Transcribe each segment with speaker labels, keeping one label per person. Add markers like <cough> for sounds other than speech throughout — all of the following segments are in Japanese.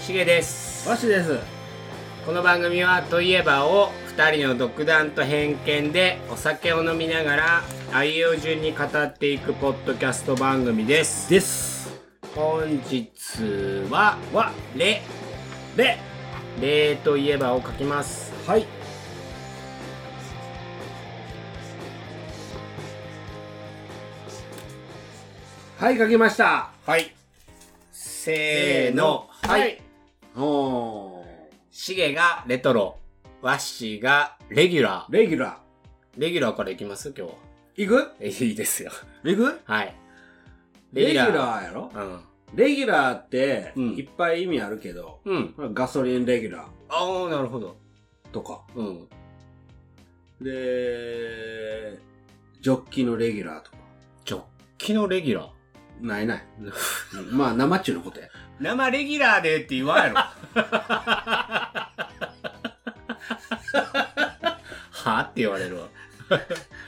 Speaker 1: しげです
Speaker 2: わしです。
Speaker 1: この番組は「といえば」を2人の独断と偏見でお酒を飲みながら愛用順に語っていくポッドキャスト番組です
Speaker 2: です。
Speaker 1: 本日は「はレ」
Speaker 2: で、
Speaker 1: 「レ」といえばを書きます
Speaker 2: はい。はい、書きました。
Speaker 1: はいせーの
Speaker 2: は
Speaker 1: はい
Speaker 2: い。お
Speaker 1: しげがレトロわっしーがレギュラー
Speaker 2: ー。レギュラ
Speaker 1: レギュラーからいきます今日は
Speaker 2: ー。行く
Speaker 1: えいいですよ
Speaker 2: 行く
Speaker 1: はい
Speaker 2: レギュラーやろ
Speaker 1: ー
Speaker 2: レギュラーって、
Speaker 1: うん
Speaker 2: いっぱい意味あるけど、
Speaker 1: うんうん
Speaker 2: ガソリンレギュラ
Speaker 1: ああなるほど
Speaker 2: ーとか、
Speaker 1: うん
Speaker 2: で、ジョッキのレギュラーとか、
Speaker 1: ジョッキのレギュラー
Speaker 2: ない <laughs> ない。うんまあ、生っちゅうのことや。
Speaker 1: 生レギュラーでって言わんや <laughs> ろ。はって言われるわ。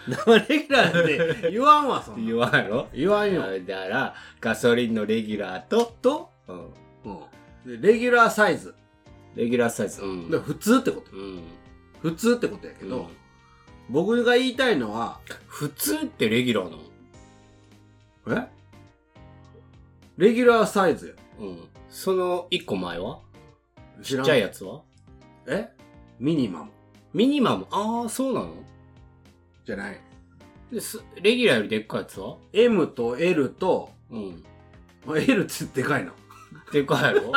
Speaker 2: 生レギュラーって <laughs> 言わんわ、そん
Speaker 1: 言
Speaker 2: な。
Speaker 1: わんやろ
Speaker 2: 言わんよ。
Speaker 1: だから、ガソリンのレギュラーと、
Speaker 2: と、
Speaker 1: うん、
Speaker 2: うん、でレギュラーサイズ。
Speaker 1: レギュラーサイズ。うん。
Speaker 2: だから普通ってこと。
Speaker 1: うん。
Speaker 2: 普通ってことやけど、
Speaker 1: うん
Speaker 2: 僕が言いたいのは、
Speaker 1: 普通ってレギュラーなの
Speaker 2: えレギュラーサイズ
Speaker 1: うん。その一個前は
Speaker 2: や。知
Speaker 1: ち
Speaker 2: ら
Speaker 1: っ
Speaker 2: ん
Speaker 1: ちゃいやつは
Speaker 2: えミニマム。
Speaker 1: ミニマム。ああ、そうなの
Speaker 2: じゃない。
Speaker 1: ですレギュラーよりでっかいやつは
Speaker 2: M と L と、
Speaker 1: うん。
Speaker 2: あ L ってでかいな。
Speaker 1: でっかいやろ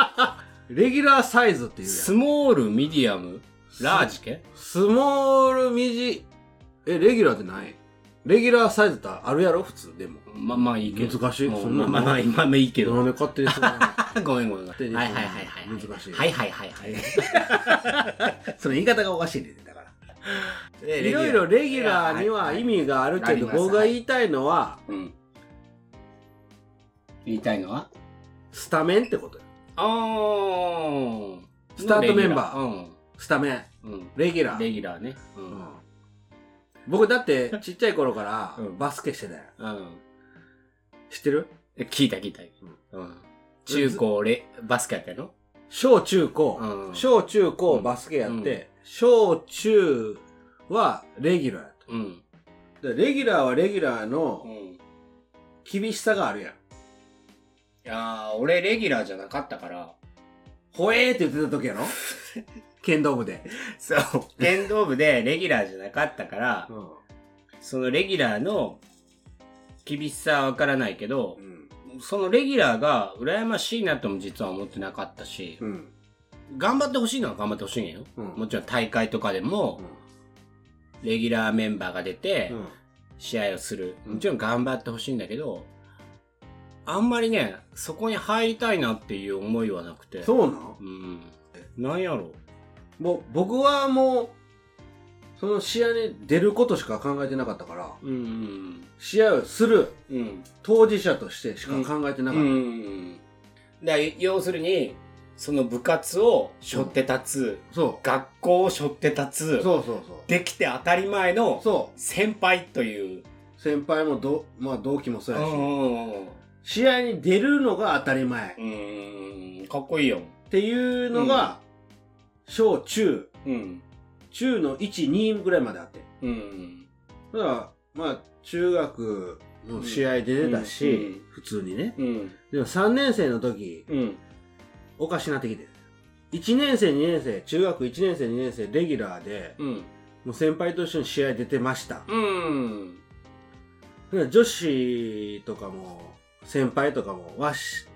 Speaker 2: レギュラーサイズっていうやん
Speaker 1: スモール、ミディアム、ラージ系
Speaker 2: スモール、ミジ、え、レギュラーってないレギュラーサイズってあるやろ普通、でも。
Speaker 1: まあまあいいけど。
Speaker 2: 難しい
Speaker 1: もう
Speaker 2: そん
Speaker 1: ま
Speaker 2: な
Speaker 1: あまあまあまあまあいいけど。
Speaker 2: なんで勝手にそうなの
Speaker 1: ごめんごめん。はい
Speaker 2: 手に
Speaker 1: はいはいはい。
Speaker 2: 難しい
Speaker 1: はいはいはいはい。
Speaker 2: <laughs> その言い方がおかしいね、だから。
Speaker 1: で
Speaker 2: いろいろレギュラーには意。
Speaker 1: レギュ
Speaker 2: 味があるけど、
Speaker 1: はいはい
Speaker 2: 僕が言いたいのは、
Speaker 1: ラうん。言いたいのは
Speaker 2: スタメンってことよ
Speaker 1: あー。
Speaker 2: スタートメンバー
Speaker 1: ー。
Speaker 2: スタメン。
Speaker 1: うん。うん。
Speaker 2: レギュラー。
Speaker 1: レギュラーね。う
Speaker 2: うん
Speaker 1: ん。
Speaker 2: 僕だって、ちっちゃい頃から
Speaker 1: うん
Speaker 2: バスケしてたよ。
Speaker 1: うん。
Speaker 2: 知ってる
Speaker 1: 聞いた聞いた。うん。中高レ、バスケやったの
Speaker 2: 小中高
Speaker 1: う。ん
Speaker 2: 小中
Speaker 1: う
Speaker 2: 高
Speaker 1: ん
Speaker 2: バスケやって、小中はレギュラーやと
Speaker 1: うん。
Speaker 2: でレギュラーはレギュラー
Speaker 1: う
Speaker 2: の
Speaker 1: ん。
Speaker 2: 厳しさがあるやん。
Speaker 1: いやー、俺レギュラーじゃなかったから。
Speaker 2: ほえーって言ってた時や <laughs> ろ剣道部で。
Speaker 1: そう。剣道部でレギュラーじゃなかったから、そのレギュラーの厳しさはわからないけど、
Speaker 2: ん。
Speaker 1: そのレギュラーが羨ましいなとも実は思ってなかったし、
Speaker 2: うん。
Speaker 1: 頑張ってほしいのは頑張ってほしいんやよ。
Speaker 2: うん
Speaker 1: もちろん大会とかでも、レギュラーメンバーが出て
Speaker 2: う、ん。
Speaker 1: 試合をする。
Speaker 2: うん
Speaker 1: もちろん頑張ってほしいんだけど、あんまりね、そこに入りたいなっていう思いはなくて。
Speaker 2: そうなの
Speaker 1: うん。なんやろ
Speaker 2: もう僕はもう、その試合に出ることしか考えてなかったから、
Speaker 1: う。うん。
Speaker 2: 試合をする
Speaker 1: うん。
Speaker 2: 当事者としてしか考えてなか
Speaker 1: う
Speaker 2: った。
Speaker 1: ん。だから要するに、その部活を背負って立つ。
Speaker 2: そ
Speaker 1: 学校を背負って立
Speaker 2: う。
Speaker 1: つ、
Speaker 2: そうそうそう。
Speaker 1: できて当たり前の
Speaker 2: そ
Speaker 1: 先輩という。
Speaker 2: う。先輩もど、まあ同期もそう
Speaker 1: う
Speaker 2: やし、
Speaker 1: ん。
Speaker 2: 試合に出るのが当たり前っ
Speaker 1: うん。かっこいいよ。
Speaker 2: ていうのが、小中、
Speaker 1: うん。
Speaker 2: 中の1、2ぐらいまであって。
Speaker 1: うん。
Speaker 2: だから、まあ中学の試合出てたし、
Speaker 1: うんうん
Speaker 2: 普通にね。
Speaker 1: うん。
Speaker 2: でも3年生の時、
Speaker 1: うん。
Speaker 2: おかしなってきて。1年生、2年生、中学1年生、2年生、レギュラーで、
Speaker 1: うん。
Speaker 2: もう先輩と一緒に試合出てました。
Speaker 1: うん。
Speaker 2: 女子とかも、先輩とかも、わっし、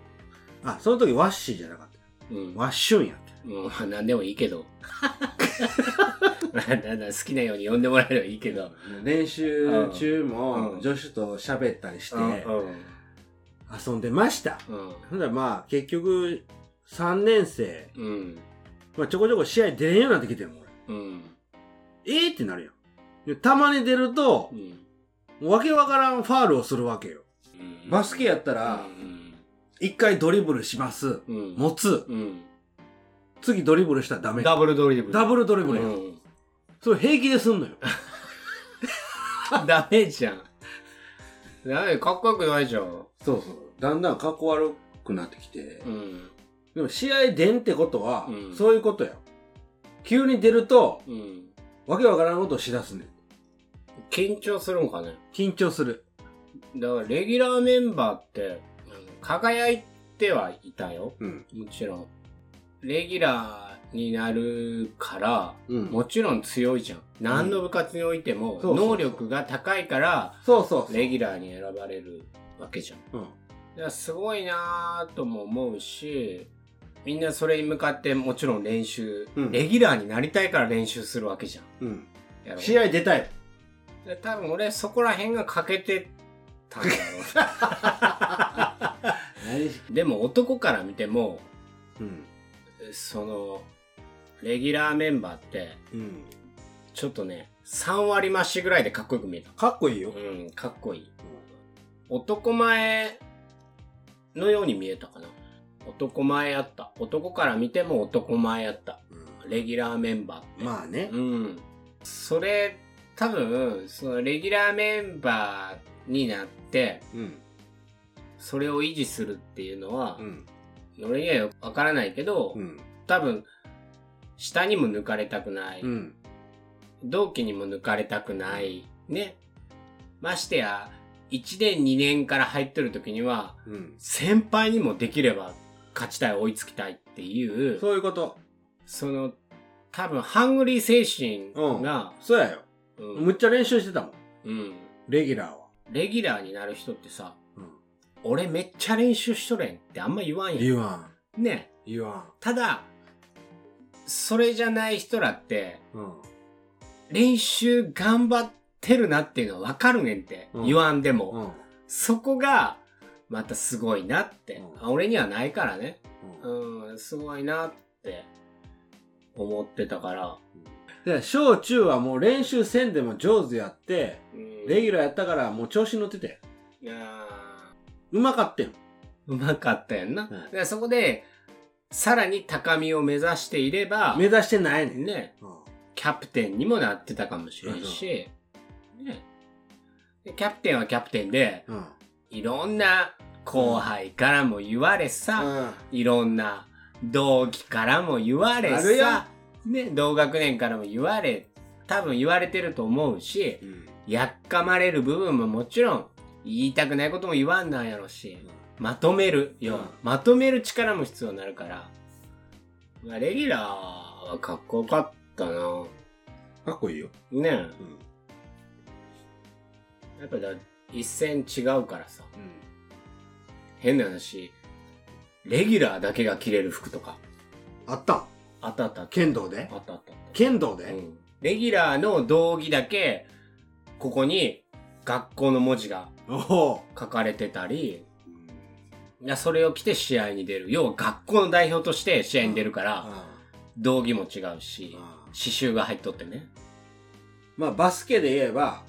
Speaker 2: あ、その時ワッシーじゃなかった。
Speaker 1: うん。
Speaker 2: ワッシュンやって。
Speaker 1: もう何でもいいけど。なんだなんだ好きなように呼んでもらえればいいけど。
Speaker 2: 練習中
Speaker 1: う
Speaker 2: も
Speaker 1: ん、
Speaker 2: 女子と喋ったりして
Speaker 1: う、ん。
Speaker 2: 遊んでました。
Speaker 1: うん。
Speaker 2: ほんだらまあ、結局、3年生、
Speaker 1: うん。
Speaker 2: まあちょこちょこ試合出れんようになってきてるもん、俺
Speaker 1: うん。
Speaker 2: えーってなるやんで。たまに出ると
Speaker 1: う、ん。
Speaker 2: もうわけわからんファールをするわけよ。
Speaker 1: うん
Speaker 2: バスケやったら、一回ドリブルします。
Speaker 1: うん。うん。
Speaker 2: 持つ。
Speaker 1: うん。
Speaker 2: 次ドリブルしたらダメ。
Speaker 1: ダブルドリブル。
Speaker 2: ダブルドリ
Speaker 1: ル
Speaker 2: ブルや。
Speaker 1: うん。
Speaker 2: それ平気ですんのよ。
Speaker 1: <laughs> ダメじゃん。ダメ、かっこよくないじゃん。
Speaker 2: そうそう。だんだん格好悪くなってきて
Speaker 1: う、ん。
Speaker 2: でも試合出んってことは、
Speaker 1: うん
Speaker 2: そういうことや。急に出ると、
Speaker 1: うん。
Speaker 2: わけわからんことをしだすねん。
Speaker 1: 緊張するんかね。
Speaker 2: 緊張する。
Speaker 1: だから、レギュラーメンバーって、あの輝いてはいたよ。
Speaker 2: うん。
Speaker 1: もちろん。レギュラーになるから、
Speaker 2: うん。
Speaker 1: もちろん強いじゃん。何の部活においても、
Speaker 2: そうそうそう
Speaker 1: 能力が高いから、
Speaker 2: そうそうそう。
Speaker 1: レギュラーに選ばれるわけじゃん。
Speaker 2: うん。
Speaker 1: だからすごいなぁとも思うし、みんなそれに向かってもちろん練習、
Speaker 2: うん
Speaker 1: レギュラーになりたいから練習するわけじゃ
Speaker 2: うん。
Speaker 1: ん。やろ
Speaker 2: 試合出たい。
Speaker 1: で多分俺そこら辺が欠けてたんだろ
Speaker 2: <laughs>
Speaker 1: う。でも男から見ても、
Speaker 2: うん。
Speaker 1: その、レギュラーメンバーって、
Speaker 2: うん。
Speaker 1: ちょっとね、3割増しぐらいでかっこよく見えた。
Speaker 2: かっこいいよ。
Speaker 1: うん、かっこいい。男前のように見えたかな。男前やった。男から見ても男前やった。
Speaker 2: うん
Speaker 1: レギュラーメンバーって。
Speaker 2: まあね。
Speaker 1: うん。それ、多分、そのレギュラーメンバーになって、
Speaker 2: うん。
Speaker 1: それを維持するっていうのは
Speaker 2: う、ん。
Speaker 1: 俺にはよくわからないけど、
Speaker 2: うん。
Speaker 1: 多分、下にも抜かれたくない。
Speaker 2: うん。
Speaker 1: 同期にも抜かれたくない。ね。ましてや、1年2年から入ってる時には、
Speaker 2: うん。
Speaker 1: 先輩にもできれば勝ちたい追いつきたいっていうそ
Speaker 2: そういうこと。
Speaker 1: の多分ハングリー精神が、
Speaker 2: そうやよ。
Speaker 1: うん
Speaker 2: むっちゃ練習してたもん。
Speaker 1: うん
Speaker 2: レギュラーは。
Speaker 1: レギュラーになる人ってさ
Speaker 2: うん。
Speaker 1: 俺めっちゃ練習しとれんってあんま言わんや
Speaker 2: 言わん。
Speaker 1: んね
Speaker 2: 言わ
Speaker 1: ただそれじゃない人らって
Speaker 2: ん。うん。
Speaker 1: 練習頑張ってるなっていうのは分かるねんって、
Speaker 2: うん
Speaker 1: 言わんでも、
Speaker 2: うん。
Speaker 1: そこがまたすごいなって、
Speaker 2: うん
Speaker 1: あ俺にはないからね
Speaker 2: うん。
Speaker 1: うん、すごいなって思ってたから。
Speaker 2: で、小中はもう練習せんでも上手やって、レギュラーやったからもう調子乗ってて。
Speaker 1: いや
Speaker 2: うまかってん。
Speaker 1: ーうまかったやんな。
Speaker 2: うん
Speaker 1: だからそこで、さらに高みを目指していれば、
Speaker 2: 目指してないねん。
Speaker 1: ね、
Speaker 2: うん。
Speaker 1: キャプテンにもなってたかもしれんし、ね。でキャプテンはキャプテンで、
Speaker 2: うん。
Speaker 1: いろんな後輩からも言われさ、
Speaker 2: うん
Speaker 1: いろんな同期からも言われ
Speaker 2: あるよ
Speaker 1: さ、ね、同学年からも言われ、多分言われてると思うし、
Speaker 2: うん。
Speaker 1: やっかまれる部分ももちろん、言いたくないことも言わんなんやろし、まとめるよ、
Speaker 2: うん
Speaker 1: まとめる力も必要になるから、まあ、レギュラーはかっこよかったな。
Speaker 2: かっこいいよ。
Speaker 1: ね
Speaker 2: うん。
Speaker 1: え。やっぱだ、一線違うからさ、
Speaker 2: うん。
Speaker 1: 変な話、レギュラーだけが着れる服とか、
Speaker 2: あったん
Speaker 1: あったあったあった。
Speaker 2: 剣道で
Speaker 1: あったあったあっ
Speaker 2: 剣道
Speaker 1: た。
Speaker 2: で、
Speaker 1: うん。レギュラーの道着だけ、ここに学校の文字が
Speaker 2: おお
Speaker 1: 書かれてたり、いや、それを着て試合に出る。要は学校の代表として試合に出るから、道着も違うし、刺繍が入っとってね。
Speaker 2: まあバスケで言えば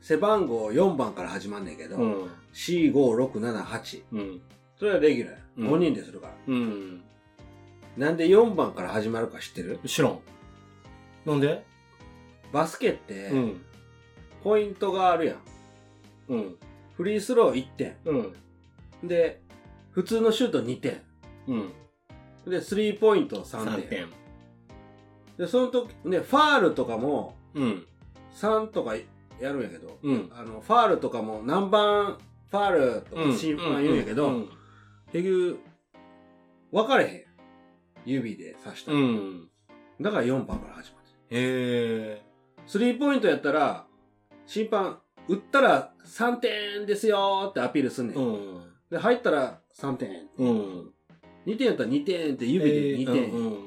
Speaker 2: 背番号4番から始まんねんけど、
Speaker 1: うん。
Speaker 2: 45678
Speaker 1: うん。
Speaker 2: それはレギュラーや、
Speaker 1: うん
Speaker 2: 5人でするから
Speaker 1: うん。
Speaker 2: なんで4番から始まるか知ってる
Speaker 1: 知らん。なんで
Speaker 2: バスケって
Speaker 1: うん。
Speaker 2: ポイントがあるやん、
Speaker 1: うん。
Speaker 2: フリースロー1点
Speaker 1: うん。
Speaker 2: で普通のシュート2点
Speaker 1: うん。
Speaker 2: でスリーポイント3点
Speaker 1: 3点。
Speaker 2: でその時ねファールとかも
Speaker 1: うん。
Speaker 2: 3とかやるんやけど、
Speaker 1: うん。
Speaker 2: あの、ファールとかも何番ファールと
Speaker 1: う
Speaker 2: か
Speaker 1: ん。
Speaker 2: 審判言うんやけど、
Speaker 1: うん。
Speaker 2: 結局、分かれへん。指で刺した
Speaker 1: う
Speaker 2: ら、
Speaker 1: ん。
Speaker 2: だから4番から始まる。
Speaker 1: へえ。
Speaker 2: スリーポイントやったら、審判、打ったら3点ですよーってアピールすんねん。
Speaker 1: うん。
Speaker 2: で、入ったら3点。
Speaker 1: うん。
Speaker 2: 2点やったら2点って指で2点。
Speaker 1: うん。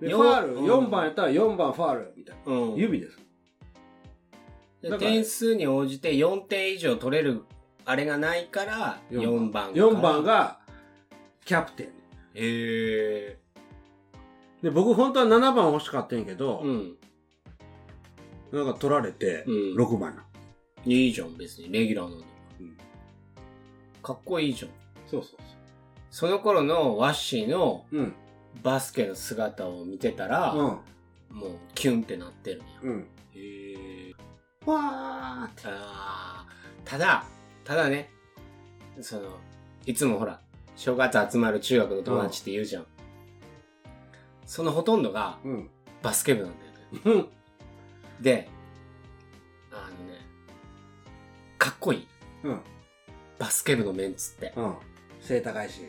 Speaker 2: で、ファール、
Speaker 1: うん
Speaker 2: 4番やったら4番ファールみたいな。
Speaker 1: うん。
Speaker 2: 指です。
Speaker 1: で
Speaker 2: だから
Speaker 1: 点数に応じて4点以上取れるあれがないから4番
Speaker 2: 4番がキャプテン。
Speaker 1: へえ
Speaker 2: で、僕本当は7番欲しかったんやけど、
Speaker 1: うん
Speaker 2: なんか取られて、
Speaker 1: うん
Speaker 2: 6番な。
Speaker 1: いいじゃん別にレギュラーなんだから、
Speaker 2: うん
Speaker 1: かっこいいじゃん
Speaker 2: そうそう
Speaker 1: その頃のワッシーの
Speaker 2: そう。うん。
Speaker 1: バスケの姿を見てたら、
Speaker 2: うん。
Speaker 1: もうキュンってなってるんや
Speaker 2: うん。
Speaker 1: へえ
Speaker 2: わーって。
Speaker 1: あーただただねそのいつもほら正月集まる中学の友達って言うじゃん。そのほとんどが
Speaker 2: うん。
Speaker 1: バスケ部なんだよね。
Speaker 2: うん。
Speaker 1: で、あのね、かっこいい。
Speaker 2: うん。
Speaker 1: バスケ部のメンツって。
Speaker 2: うん。背高いし。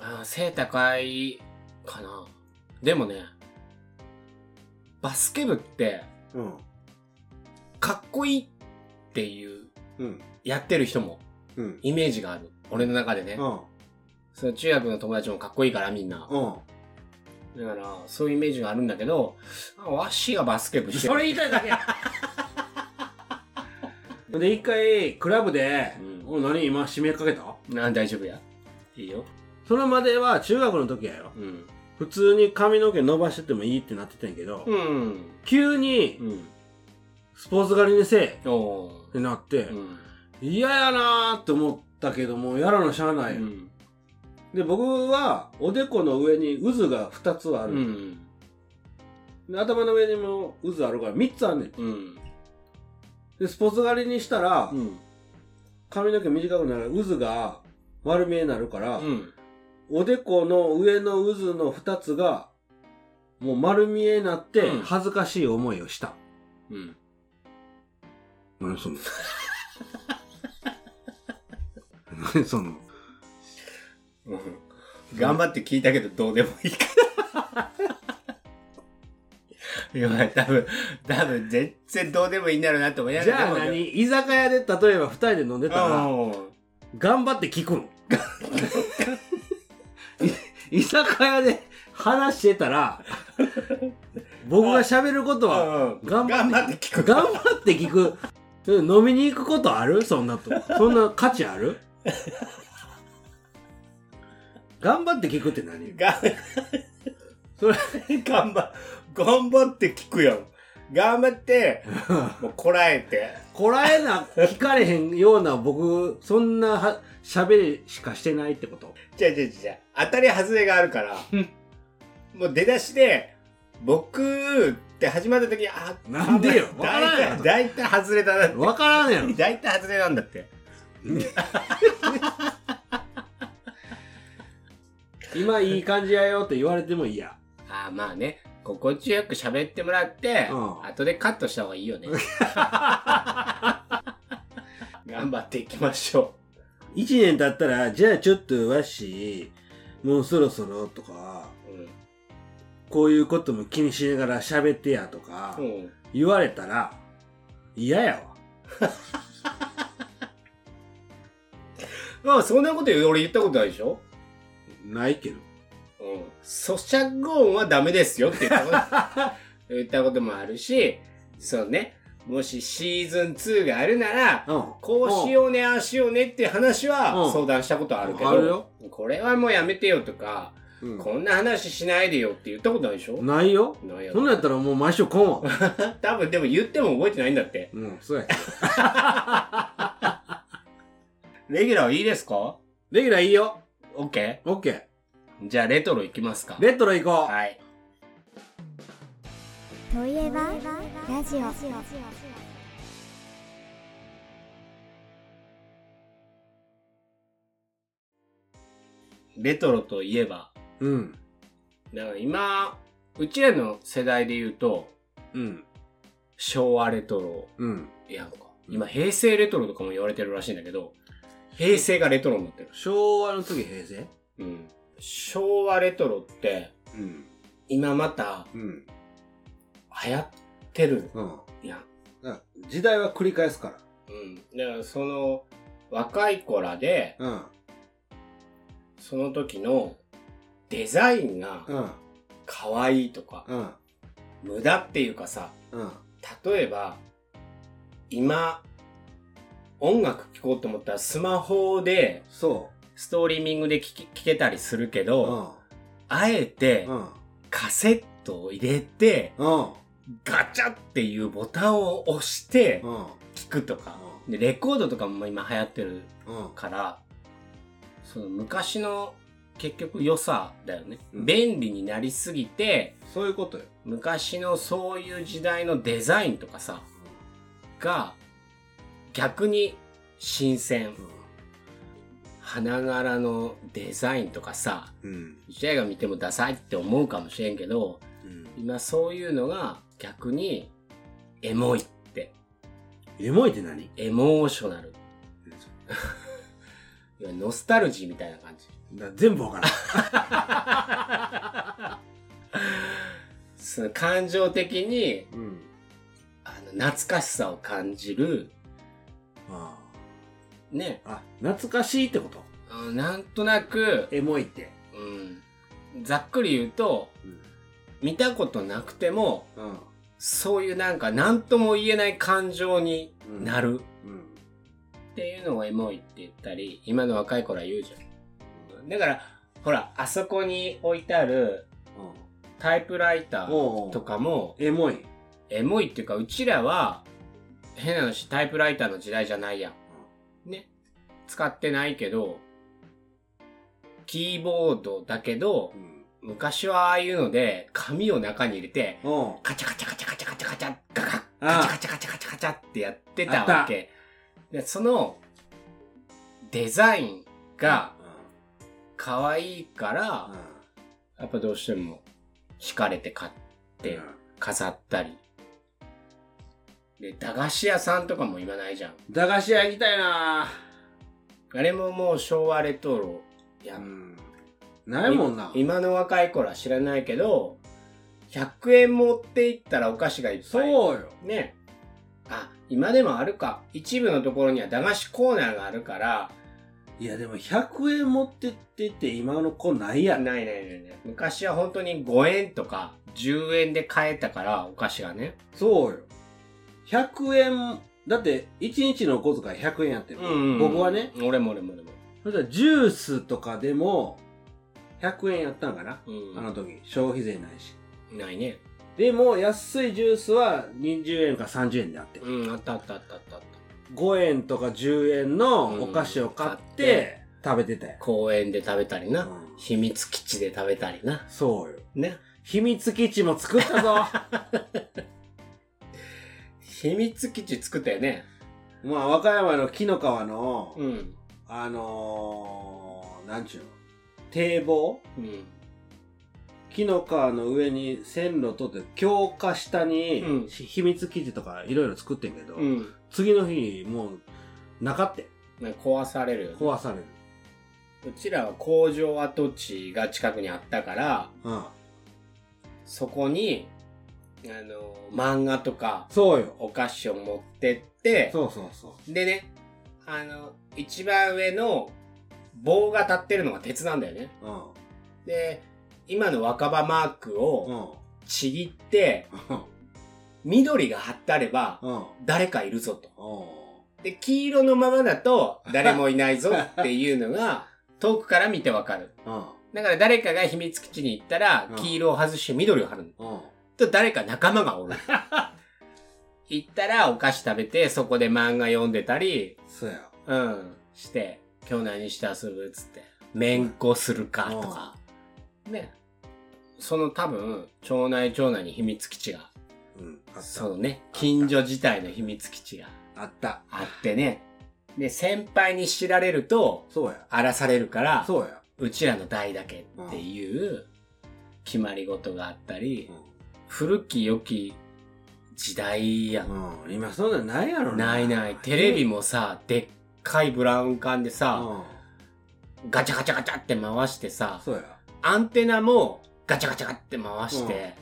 Speaker 1: あー背高いかな。でもね、バスケ部って、
Speaker 2: うん。
Speaker 1: かっこいいっていう、
Speaker 2: うん。
Speaker 1: やってる人も、
Speaker 2: うん。
Speaker 1: イメージがある。俺の中でね。
Speaker 2: うん。
Speaker 1: その中学の友達もかっこいいから、みんな。
Speaker 2: うん。
Speaker 1: だから、そういうイメージがあるんだけど、あわっしーがバスケ部してる。
Speaker 2: それ言いたいだけ
Speaker 1: <laughs>
Speaker 2: や。で、一回、クラブで、
Speaker 1: うん
Speaker 2: お、何今、締めかけた
Speaker 1: な大丈夫や。いいよ。
Speaker 2: それまでは、中学の時やよ。
Speaker 1: うん。
Speaker 2: 普通に髪の毛伸ばしててもいいってなってたんやけど、
Speaker 1: うん。
Speaker 2: 急に
Speaker 1: う、ん。
Speaker 2: スポーツ狩りにせえ
Speaker 1: おー
Speaker 2: ってなって
Speaker 1: う、ん。
Speaker 2: 嫌、やなーって思ったけども、やらのしゃあないや、
Speaker 1: うん。
Speaker 2: で、僕は、おでこの上に渦が2つあ
Speaker 1: う
Speaker 2: る。
Speaker 1: ん。
Speaker 2: で頭の上にも渦あるから、3つあんねん。
Speaker 1: うん。
Speaker 2: で、スポーツ狩りにしたら、
Speaker 1: うん。
Speaker 2: 髪の毛短くなる渦が丸見えになるから、
Speaker 1: うん。
Speaker 2: おでこの上の渦の2つが、もう丸見えになって
Speaker 1: うん、
Speaker 2: 恥ずかしい思いをした。
Speaker 1: うん。
Speaker 2: 何その <laughs> 何その
Speaker 1: 頑張って聞いたけど、どうでもいい <laughs> から。いや、多分、多分、全然どうでもいいんだろうなって思いなが
Speaker 2: じ
Speaker 1: ら。
Speaker 2: ゃあ
Speaker 1: でも
Speaker 2: 何居酒屋で例えば2人で飲んでたら、
Speaker 1: うん
Speaker 2: 頑張って聞くの <laughs> い居酒屋で話してた
Speaker 1: <laughs>
Speaker 2: ら、僕が喋ることは
Speaker 1: うん
Speaker 2: 頑張って
Speaker 1: 頑張って聞く。
Speaker 2: 頑張って聞く。飲みに行くことあるそんなと。そんな価値あ
Speaker 1: <laughs>
Speaker 2: る頑張って聞くって何
Speaker 1: が
Speaker 2: それ
Speaker 1: 頑張、頑張って聞くよ。頑張って、もうこらえて。
Speaker 2: こらえな、聞かれへんような僕、そんなは喋りしかしてないってこと
Speaker 1: じゃあじゃあじゃあ当たり外れがあるから、もう出だしで、僕って始まった時に、あ、
Speaker 2: なんでよわか
Speaker 1: 大
Speaker 2: らんや
Speaker 1: 体、
Speaker 2: ろ
Speaker 1: 大体外れだなって。
Speaker 2: わからんやろ。
Speaker 1: 大体外れなんだって。
Speaker 2: 今いい感じやよって言われてもいいや。
Speaker 1: ああ、まあね。心地よく喋ってもらって、
Speaker 2: うん
Speaker 1: 後でカットした方がいい
Speaker 2: <laughs>
Speaker 1: よね。頑張っていきましょ
Speaker 2: 一年経ったら、じゃあちょっとわし、もうそろそろとか、
Speaker 1: う。うん。
Speaker 2: こういうことも気にしながら喋ってやとか、
Speaker 1: うん
Speaker 2: 言われたら、嫌やわ。
Speaker 1: まあ、そんなこと俺言ったことないでしょ
Speaker 2: ないけど。
Speaker 1: うん。咀嚼音はダメですよって言った <laughs> こと、言ったこともあるし、そうね。もしシーズン2があるなら、
Speaker 2: うん。
Speaker 1: こうしようね、ああしようねっていう話
Speaker 2: う
Speaker 1: は
Speaker 2: ん
Speaker 1: 相談したことあるけど、
Speaker 2: あるよ
Speaker 1: これはもうやめてよとか、
Speaker 2: うん
Speaker 1: こんな話しないでよって言ったことないでしょ
Speaker 2: ないよ。
Speaker 1: ないや
Speaker 2: そん
Speaker 1: ろ
Speaker 2: なんやったらもう毎週来んわ。
Speaker 1: 多分でも言っても覚えてないんだって。
Speaker 2: うん、そうや。
Speaker 1: レギュラーいいですか
Speaker 2: レギュラーいいよ。
Speaker 1: オッケ
Speaker 2: オッケー。
Speaker 1: ーじゃあレトロいきますか。
Speaker 2: レトロ行こう。
Speaker 1: はい。
Speaker 3: といえばラジオ
Speaker 1: レトロといえば、
Speaker 2: うん。
Speaker 1: だから今、うちらの世代で言うと、
Speaker 2: うん。
Speaker 1: 昭和レトロ
Speaker 2: うん。
Speaker 1: やんか。今、平成レトロとかも言われてるらしいんだけど、平成がレトロになってる。
Speaker 2: 昭和の次平成
Speaker 1: うん。昭和レトロって、
Speaker 2: うん。
Speaker 1: 今また
Speaker 2: うん。
Speaker 1: 流行ってる
Speaker 2: うん。
Speaker 1: やん。
Speaker 2: だから時代は繰り返すか
Speaker 1: うん。だからその、若い子らで、
Speaker 2: ら。うん。
Speaker 1: その時のデザインが
Speaker 2: うん。
Speaker 1: 可愛いとか、
Speaker 2: うん。
Speaker 1: 無駄っていうかさ、
Speaker 2: うん。
Speaker 1: 例えば、今、音楽聴こうと思ったらスマホで
Speaker 2: そ
Speaker 1: ストリーミングで聴き聴けたりするけ
Speaker 2: う。
Speaker 1: ど、
Speaker 2: うん。
Speaker 1: あえて
Speaker 2: うん。
Speaker 1: カセットを入れて、
Speaker 2: うん。
Speaker 1: ガチャっていうボタンを押して
Speaker 2: うん。
Speaker 1: 聴くとか、でレコードとかも今流行ってる
Speaker 2: うん。
Speaker 1: から、その昔の結局良さだよね。
Speaker 2: うん
Speaker 1: 便利になりすぎて、
Speaker 2: そういうことよ。
Speaker 1: 昔のそういう時代のデザインとかさ、が逆に新鮮
Speaker 2: うん。
Speaker 1: 花柄のデザインとかさ、
Speaker 2: うん。
Speaker 1: 女子大が見てもダサいって思うかもしれんけど、
Speaker 2: うん。
Speaker 1: 今そういうのが逆にエモいって、
Speaker 2: エモいって何
Speaker 1: エモーショナル。 <laughs> いやノスタルジーみたいな感じ。
Speaker 2: だ全部わからん。
Speaker 1: <laughs> その感情的に
Speaker 2: うん。
Speaker 1: あの懐かしさを感じる、
Speaker 2: あ
Speaker 1: ね、
Speaker 2: あ。あ、懐かしいってこと
Speaker 1: あのなんとなく、
Speaker 2: エモいって。
Speaker 1: うん、ざっくり言うと、
Speaker 2: うん
Speaker 1: 見たことなくても、
Speaker 2: うん。
Speaker 1: そういうなんか何とも言えない感情になる
Speaker 2: うん。
Speaker 1: っていうのをエモいって言ったり、今の若い頃は言うじゃん。だから、ほら、あそこに置いてあるタイプライター
Speaker 2: おうおう
Speaker 1: とかも、
Speaker 2: エモい。
Speaker 1: エモいっていうか、うちらは、変な話、タイプライターの時代じゃないやん。ね。使ってないけど、キーボードだけど
Speaker 2: う、ん。
Speaker 1: 昔はああいうので、紙を中に入れて、
Speaker 2: おう
Speaker 1: カチャカチャカチャカチャカチャカチャ、ガガッ
Speaker 2: ああ
Speaker 1: カチャカチャカチャカチャカチャってやってたわけ。で、その、デザインが可愛いから、
Speaker 2: うん。
Speaker 1: やっぱどうしても惹かれて買って
Speaker 2: うん
Speaker 1: 飾ったり。で、駄菓子屋さんとかも今ないじゃん。
Speaker 2: 駄菓子屋行きたいな
Speaker 1: あれももう昭和レトロや
Speaker 2: ぁ。
Speaker 1: ん。
Speaker 2: ん。ないもんな。
Speaker 1: 今の若い頃は知らないけど、100円持って行ったらお菓子がいっぱい。
Speaker 2: そうよ。
Speaker 1: ねあ、今でもあるか。一部のところには駄菓子コーナーがあるから、
Speaker 2: いやでも100円持ってってって今の子ないや
Speaker 1: ない
Speaker 2: ん。
Speaker 1: ないないない。昔は本当に5円とか10円で買えたから、お菓子がね。
Speaker 2: そうよ。100円、だって1日のお小遣い100円やってる。僕はね。。
Speaker 1: 俺も俺も俺も。
Speaker 2: そしたらジュースとかでも100円やったんかな、
Speaker 1: うん
Speaker 2: あの時。消費税ないし。
Speaker 1: ないね。
Speaker 2: でも安いジュースは20円か30円であって。
Speaker 1: うん、あったあったあったあったあった。
Speaker 2: 5円とか10円のお菓子を買って食べてたよ。
Speaker 1: 公園で食べたりな。
Speaker 2: うん
Speaker 1: 秘密基地で食べたりな。
Speaker 2: そうよ。
Speaker 1: ね。
Speaker 2: 秘密基地も作った <laughs> ぞ
Speaker 1: 秘密基地作ったよね。
Speaker 2: まあ、和歌山の紀の川の、
Speaker 1: うん。
Speaker 2: あのー、なんちゅうの、堤防
Speaker 1: うん。
Speaker 2: 紀の川の上に線路取って、強化下に、
Speaker 1: うん
Speaker 2: し秘密基地とかいろいろ作ってんけど、
Speaker 1: うん。
Speaker 2: 次の日、もう、なかって、
Speaker 1: なんか壊されるよね
Speaker 2: 壊される。
Speaker 1: うちらは工場跡地が近くにあったから、
Speaker 2: うん。
Speaker 1: そこに、あの、漫画とか、
Speaker 2: そうよ。
Speaker 1: お菓子を持ってって、
Speaker 2: そうそうそう。
Speaker 1: でね、あの、一番上の棒が立ってるのが鉄なんだよね。
Speaker 2: う
Speaker 1: で、今の若葉マーク
Speaker 2: ん。う
Speaker 1: を
Speaker 2: ん。
Speaker 1: ちぎって、
Speaker 2: うん。
Speaker 1: 緑が貼ってあれば、
Speaker 2: うん。
Speaker 1: 誰かいるぞと。
Speaker 2: う
Speaker 1: で、黄色のままだ
Speaker 2: <laughs>
Speaker 1: と、誰もいないぞっていうのが、遠くから見てわかる。
Speaker 2: ん。
Speaker 1: だから誰かが秘密基地に行ったら
Speaker 2: う、ん
Speaker 1: 黄色を外して緑を貼るの。
Speaker 2: うん。
Speaker 1: と誰か仲間
Speaker 2: <laughs>
Speaker 1: がおる。行ったらお菓子食べて、そこで漫画読んでたり、
Speaker 2: そうや。
Speaker 1: うん、して、今日何して遊ぶっつって、めんこするかとか。ね。その多分、町内町内に秘密基地が、
Speaker 2: うん。あっ
Speaker 1: そのね、近所自体の秘密基地が
Speaker 2: た。あった。
Speaker 1: あってね。で、先輩に知られると、
Speaker 2: そうや。
Speaker 1: 荒らされるから、
Speaker 2: そうや。
Speaker 1: うちらの代だけっていう決まり事があったり、古き良き時代やん。
Speaker 2: うん。うん。今そんなんないやろ
Speaker 1: ないない。テレビ
Speaker 2: も。
Speaker 1: もさ、でっかいブラウン管でさ、
Speaker 2: う
Speaker 1: ガチャガチャガチャって回してさ
Speaker 2: ん。、そうや。
Speaker 1: アンテナもガチャガチャガって回して、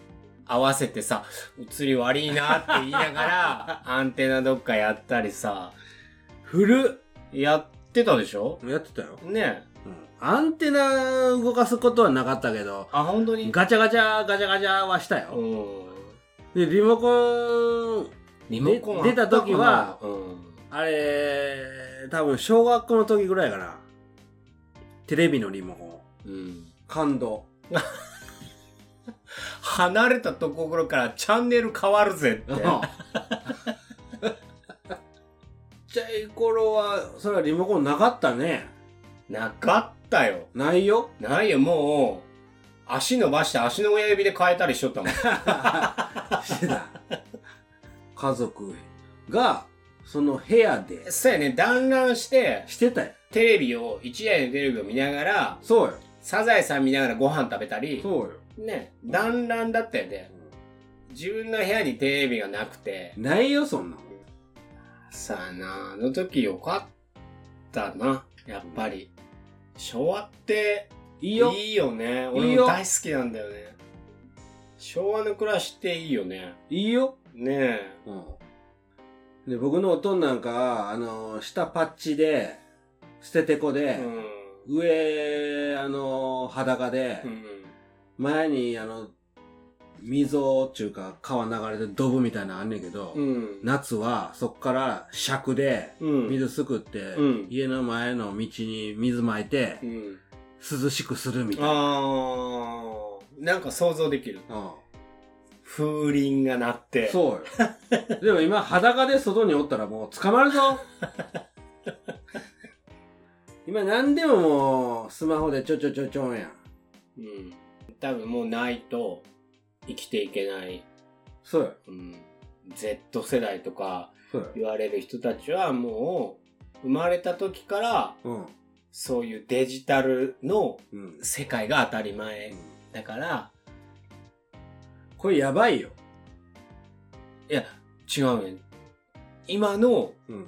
Speaker 1: 合わせてさ、映り悪いなって言いな
Speaker 2: <laughs>
Speaker 1: がら、アンテナどっかやったりさ、
Speaker 2: 古
Speaker 1: やってたでしょ
Speaker 2: っやってたよ。
Speaker 1: ねえ。
Speaker 2: うん。アンテナ動かすことはなかったけど、
Speaker 1: あ、本当に
Speaker 2: ガチャガチャ、ガチャガチャはした
Speaker 1: う
Speaker 2: よ。
Speaker 1: ん。
Speaker 2: で、リモコン、
Speaker 1: リモコンあっ
Speaker 2: で出た
Speaker 1: かな
Speaker 2: 時は
Speaker 1: うん。
Speaker 2: あれ、多分小学校の時ぐらいかな。テレビのリモコン。
Speaker 1: うん。
Speaker 2: 感動。
Speaker 1: 離れたところからチャンネル変わるぜって。
Speaker 2: ちっちゃい頃は、それはリモコンなかったね。
Speaker 1: なかったよ。
Speaker 2: ないよ。 <laughs>
Speaker 1: ないよ、もう、足伸ばして足の親指で変えたりしとった
Speaker 2: <laughs>
Speaker 1: もん。
Speaker 2: してた。家族が、その部屋で、
Speaker 1: そうやね、団らんして、
Speaker 2: してたよ。
Speaker 1: テレビを、一台のテレビを見ながら、
Speaker 2: そうよ。
Speaker 1: サザエさん見ながらご飯食べたり、
Speaker 2: そうよ。
Speaker 1: ね、団らんだったよね。自分の部屋にテレビがなくて、
Speaker 2: ないよ、そんなもん。
Speaker 1: さあな、あの時よかったな、やっぱり。昭和って、
Speaker 2: い
Speaker 1: い
Speaker 2: いよ。
Speaker 1: いよね。
Speaker 2: いい
Speaker 1: 俺
Speaker 2: よ
Speaker 1: も大好きなんだよね。昭和の暮らしっていいよね。
Speaker 2: いいよ。
Speaker 1: ねえ。
Speaker 2: うん。で、僕のおとんなんか、あの、下パッチで、捨ててこで、
Speaker 1: う
Speaker 2: 上、あの、裸で、
Speaker 1: ん。うん。
Speaker 2: 前に、あの、溝っていうか、川流れてドブみたいなのあんねんけど、
Speaker 1: うん。
Speaker 2: 夏は、そっから尺で、
Speaker 1: うん。
Speaker 2: 水すくって、
Speaker 1: うん
Speaker 2: 家の前の道に水まいて、
Speaker 1: うん。
Speaker 2: 涼しくするみたいな。
Speaker 1: あー。なんか想像できる。
Speaker 2: うん
Speaker 1: 風鈴が鳴って。う。
Speaker 2: そうよ。でも今、裸で外におったらもう捕まるぞ今何でももう、スマホでちょちょちょちょんやん。
Speaker 1: うん。多分もうないと生きていけない。
Speaker 2: そうよ。
Speaker 1: うん。Z 世代とか
Speaker 2: そうよ。
Speaker 1: 言われる人たちはもう生まれた時から
Speaker 2: うん。
Speaker 1: そういうデジタルの
Speaker 2: うん。
Speaker 1: 世界が当たり前だから、
Speaker 2: これやばいよ。
Speaker 1: いや、違うね。今の
Speaker 2: うん。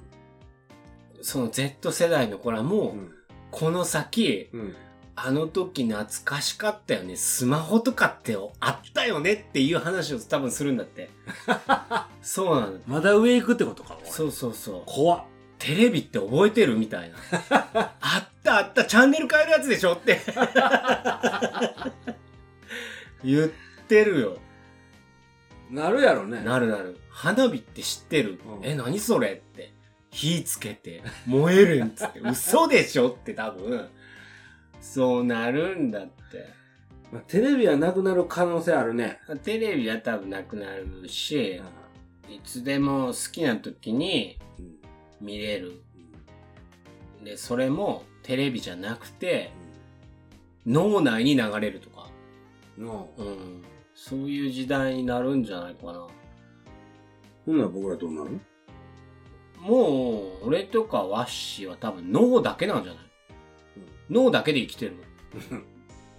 Speaker 1: その Z 世代の子らも、
Speaker 2: うん。
Speaker 1: この先、
Speaker 2: うん。
Speaker 1: あの時懐かしかったよね。スマホとかってあったよねっていう話を多分するん
Speaker 2: <laughs>
Speaker 1: だって。そうなの。
Speaker 2: まだ上行くってことか、おい
Speaker 1: そうそうそう。
Speaker 2: 怖っ。
Speaker 1: テレビって覚えてるみた
Speaker 2: <laughs>
Speaker 1: いな。あったあった、チャンネル変えるやつでしょって。言ってるよ。
Speaker 2: なるやろね。
Speaker 1: なるなる。花火って知ってる、
Speaker 2: うん
Speaker 1: え、何それって。火つけて、燃えるん
Speaker 2: <laughs>
Speaker 1: つって。嘘でしょって多分。そうなるんだって。
Speaker 2: まあテレビはなくなる可能性あるね。
Speaker 1: テレビは多分なくなるし、いつでも好きな時に
Speaker 2: うん。
Speaker 1: 見れる。で、それもテレビじゃなくて、脳内に流れるとか。
Speaker 2: うん。の、
Speaker 1: うん。そういう時代になるんじゃないかな。
Speaker 2: ほんなら僕らどうなる
Speaker 1: もう、俺とかワッシーは多分脳だけなんじゃない、脳だけで生きてる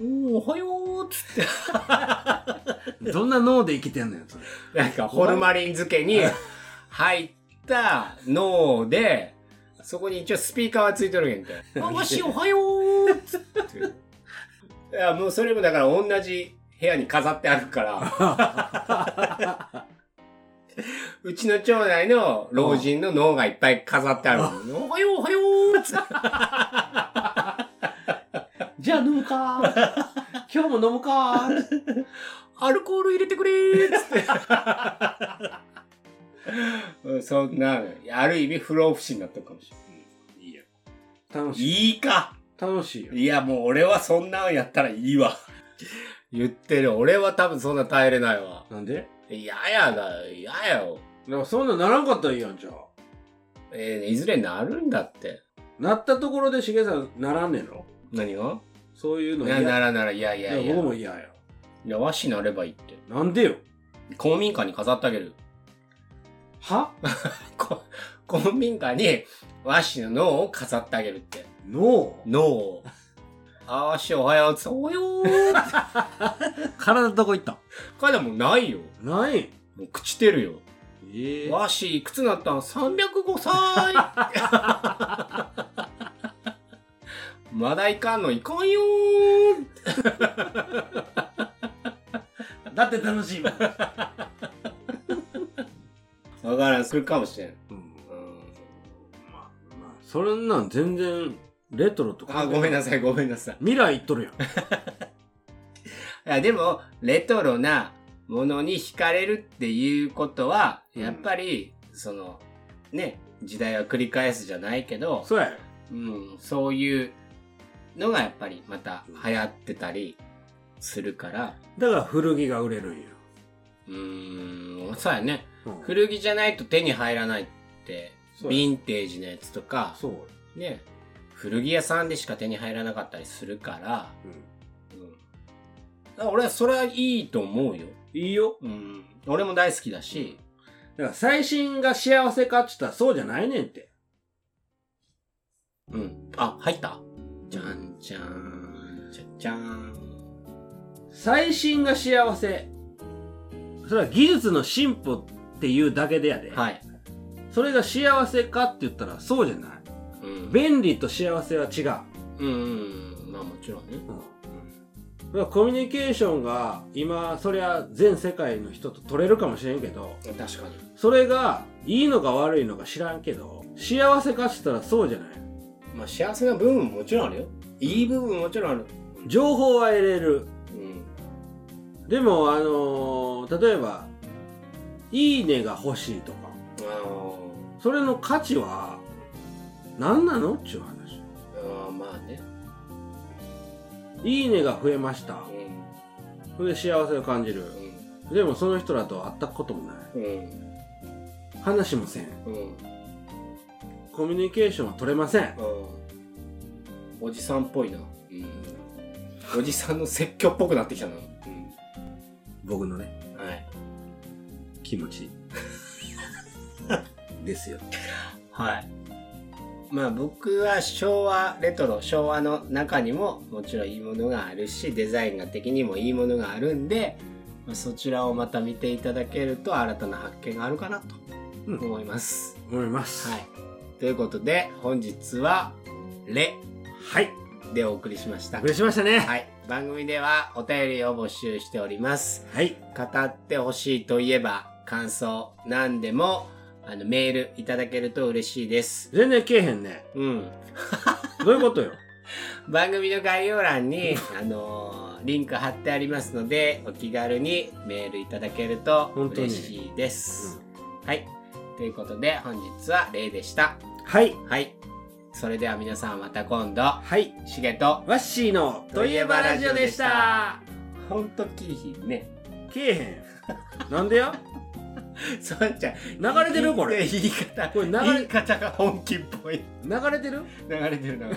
Speaker 1: の。おーおはようっつって。
Speaker 2: どんな脳で生きてんのよ、それ。
Speaker 1: なんかホルマリン漬けに入った脳で、そこに一応スピーカーはついてるけんて。あ、わしおはようっつって。いや、もうそれもだから同じ部屋に飾ってあるから。 <laughs> うちの町内の老人の脳がいっぱい飾ってあるの。おはようおはようっつって。
Speaker 2: じゃあ飲むかー <laughs> 今日も飲むかー
Speaker 1: アルコール入れてくれーっつって。うん <laughs> そんなの、ある意味不老不死になってるかもしれない。
Speaker 2: いいよ。楽しい。
Speaker 1: いいか
Speaker 2: 楽しいよ。
Speaker 1: いや、もう俺はそんなんやったらいいわ。言ってる。俺は多分そんな耐えれないわ。
Speaker 2: なんで
Speaker 1: 嫌やだ、嫌やよ。
Speaker 2: だからそんなんならんかったらいいやん、じゃあ。
Speaker 1: えーいずれなるんだって。
Speaker 2: なったところでしげさんならんねんろ
Speaker 1: 何が
Speaker 2: そういうの
Speaker 1: なな
Speaker 2: ら
Speaker 1: らなら、いやいやいや。
Speaker 2: 僕も嫌や。
Speaker 1: いや、和紙なればいいって。
Speaker 2: なんでよ
Speaker 1: 公民館に飾ってあげる。 <laughs>
Speaker 2: は
Speaker 1: こ公民館に和紙の脳を飾ってあげるって。
Speaker 2: 脳
Speaker 1: 脳を。 <laughs> あ、和紙おはようっつって、おはようって。
Speaker 2: 体どこ行った
Speaker 1: これでもないよ。
Speaker 2: ない
Speaker 1: もう朽ちてるよ。
Speaker 2: ええ
Speaker 1: わし、いくつなったん ?305 歳まだいかんのいかんよー
Speaker 2: だって楽しいもん。
Speaker 1: わからん、するかもしれん。
Speaker 2: <laughs> うん
Speaker 1: うん
Speaker 2: まあまあそれなん全然、レトロとか。。
Speaker 1: あ、ごめんないさい、ごめんなさい。
Speaker 2: 未来行っとるやん。
Speaker 1: <laughs> いやでも、レトロなものに惹かれるっていうことは、
Speaker 2: うん
Speaker 1: やっぱり、その、ね、時代は繰り返すじゃないけど、
Speaker 2: そうやよ。
Speaker 1: うん、そういうのがやっぱりまた流行ってたりするから、
Speaker 2: だから古着が売れるんよ。
Speaker 1: うーん、そうやね。
Speaker 2: うん
Speaker 1: 古着じゃないと手に入らないって、
Speaker 2: そ
Speaker 1: ヴ
Speaker 2: うや
Speaker 1: ィンテージのやつとか、
Speaker 2: そうよ。
Speaker 1: ね、古着屋さんでしか手に入らなかったりするから、
Speaker 2: うん
Speaker 1: うん。だから俺はそれはいいと思うよ。
Speaker 2: いいよ。
Speaker 1: うん。俺も大好きだし、
Speaker 2: だから最新が幸せかって言ったらそうじゃないねんって。
Speaker 1: うん。あ、入ったじゃんじゃん。じゃんじゃん。
Speaker 2: 最新が幸せ。それは技術の進歩っていうだけでやで。
Speaker 1: はい。
Speaker 2: それが幸せかって言ったらそうじゃない。
Speaker 1: うん。
Speaker 2: 便利と幸せは違う。
Speaker 1: うんうん。まあもちろんね。
Speaker 2: うんだからコミュニケーションが今、そりゃ全世界の人と取れるかもしれんけど、
Speaker 1: うん。確かに。
Speaker 2: それがいいのか悪いのか知らんけど、幸せかって言ったらそうじゃない。
Speaker 1: まあ幸せな部分ももちろんあるよ。いい部分ももちろんある。
Speaker 2: 情報は得れる。
Speaker 1: うん。
Speaker 2: でも、あのー例えば、いいねが欲しいとか、
Speaker 1: あー
Speaker 2: それの価値は何なのっちゅう話。
Speaker 1: あー、まあね。
Speaker 2: いいねが増えました。
Speaker 1: う
Speaker 2: それで幸せを感じる。でもその人らと会ったこともない。
Speaker 1: ん。うん。
Speaker 2: 話もせん。
Speaker 1: うん。うん。
Speaker 2: コミュニケーションは取れません。
Speaker 1: うんおじさんっぽいな。うん。おじさんの説教っぽくなってきたな。う
Speaker 2: 僕のね、
Speaker 1: ん。はい。
Speaker 2: 気持
Speaker 1: <laughs>
Speaker 2: ち。ですよ。
Speaker 1: はい。まあ僕は昭和レトロ、昭和の中にももちろんいいものがあるし、デザインが的にもいいものがあるんで、まあそちらをまた見ていただけると新たな発見があるかなと
Speaker 2: うん
Speaker 1: 思います。
Speaker 2: 思います。
Speaker 1: はい。ということで本日はレ
Speaker 2: はい。
Speaker 1: でお送りしました
Speaker 2: お。れしましたね。
Speaker 1: はい。番組ではお便りを募集しております。
Speaker 2: はい。
Speaker 1: 語ってほしいといえば感想何でもあのメールいただけると嬉しいです。
Speaker 2: 全然けえへんね。
Speaker 1: うん、
Speaker 2: どういうことよ。
Speaker 1: 番組の概要欄にあのーリンク貼ってありますのでお気軽にメールいただけると
Speaker 2: 本当に
Speaker 1: 嬉しいです。はい。ということで本日はレイでした。
Speaker 2: はい。
Speaker 1: はい。それでは皆さんまた今度、
Speaker 2: はい。
Speaker 1: しげと、
Speaker 2: ワッシーのといえばラジオでした。
Speaker 1: ほんとキーヒーね。
Speaker 2: けえへん。なんでや
Speaker 1: <laughs> そうじゃん、
Speaker 2: 流れてるこ
Speaker 1: <laughs>
Speaker 2: れ。
Speaker 1: 言い方、
Speaker 2: これ流れ
Speaker 1: 言い方が本気っぽい。
Speaker 2: 流れてる <laughs>
Speaker 1: 流れてる流れてる。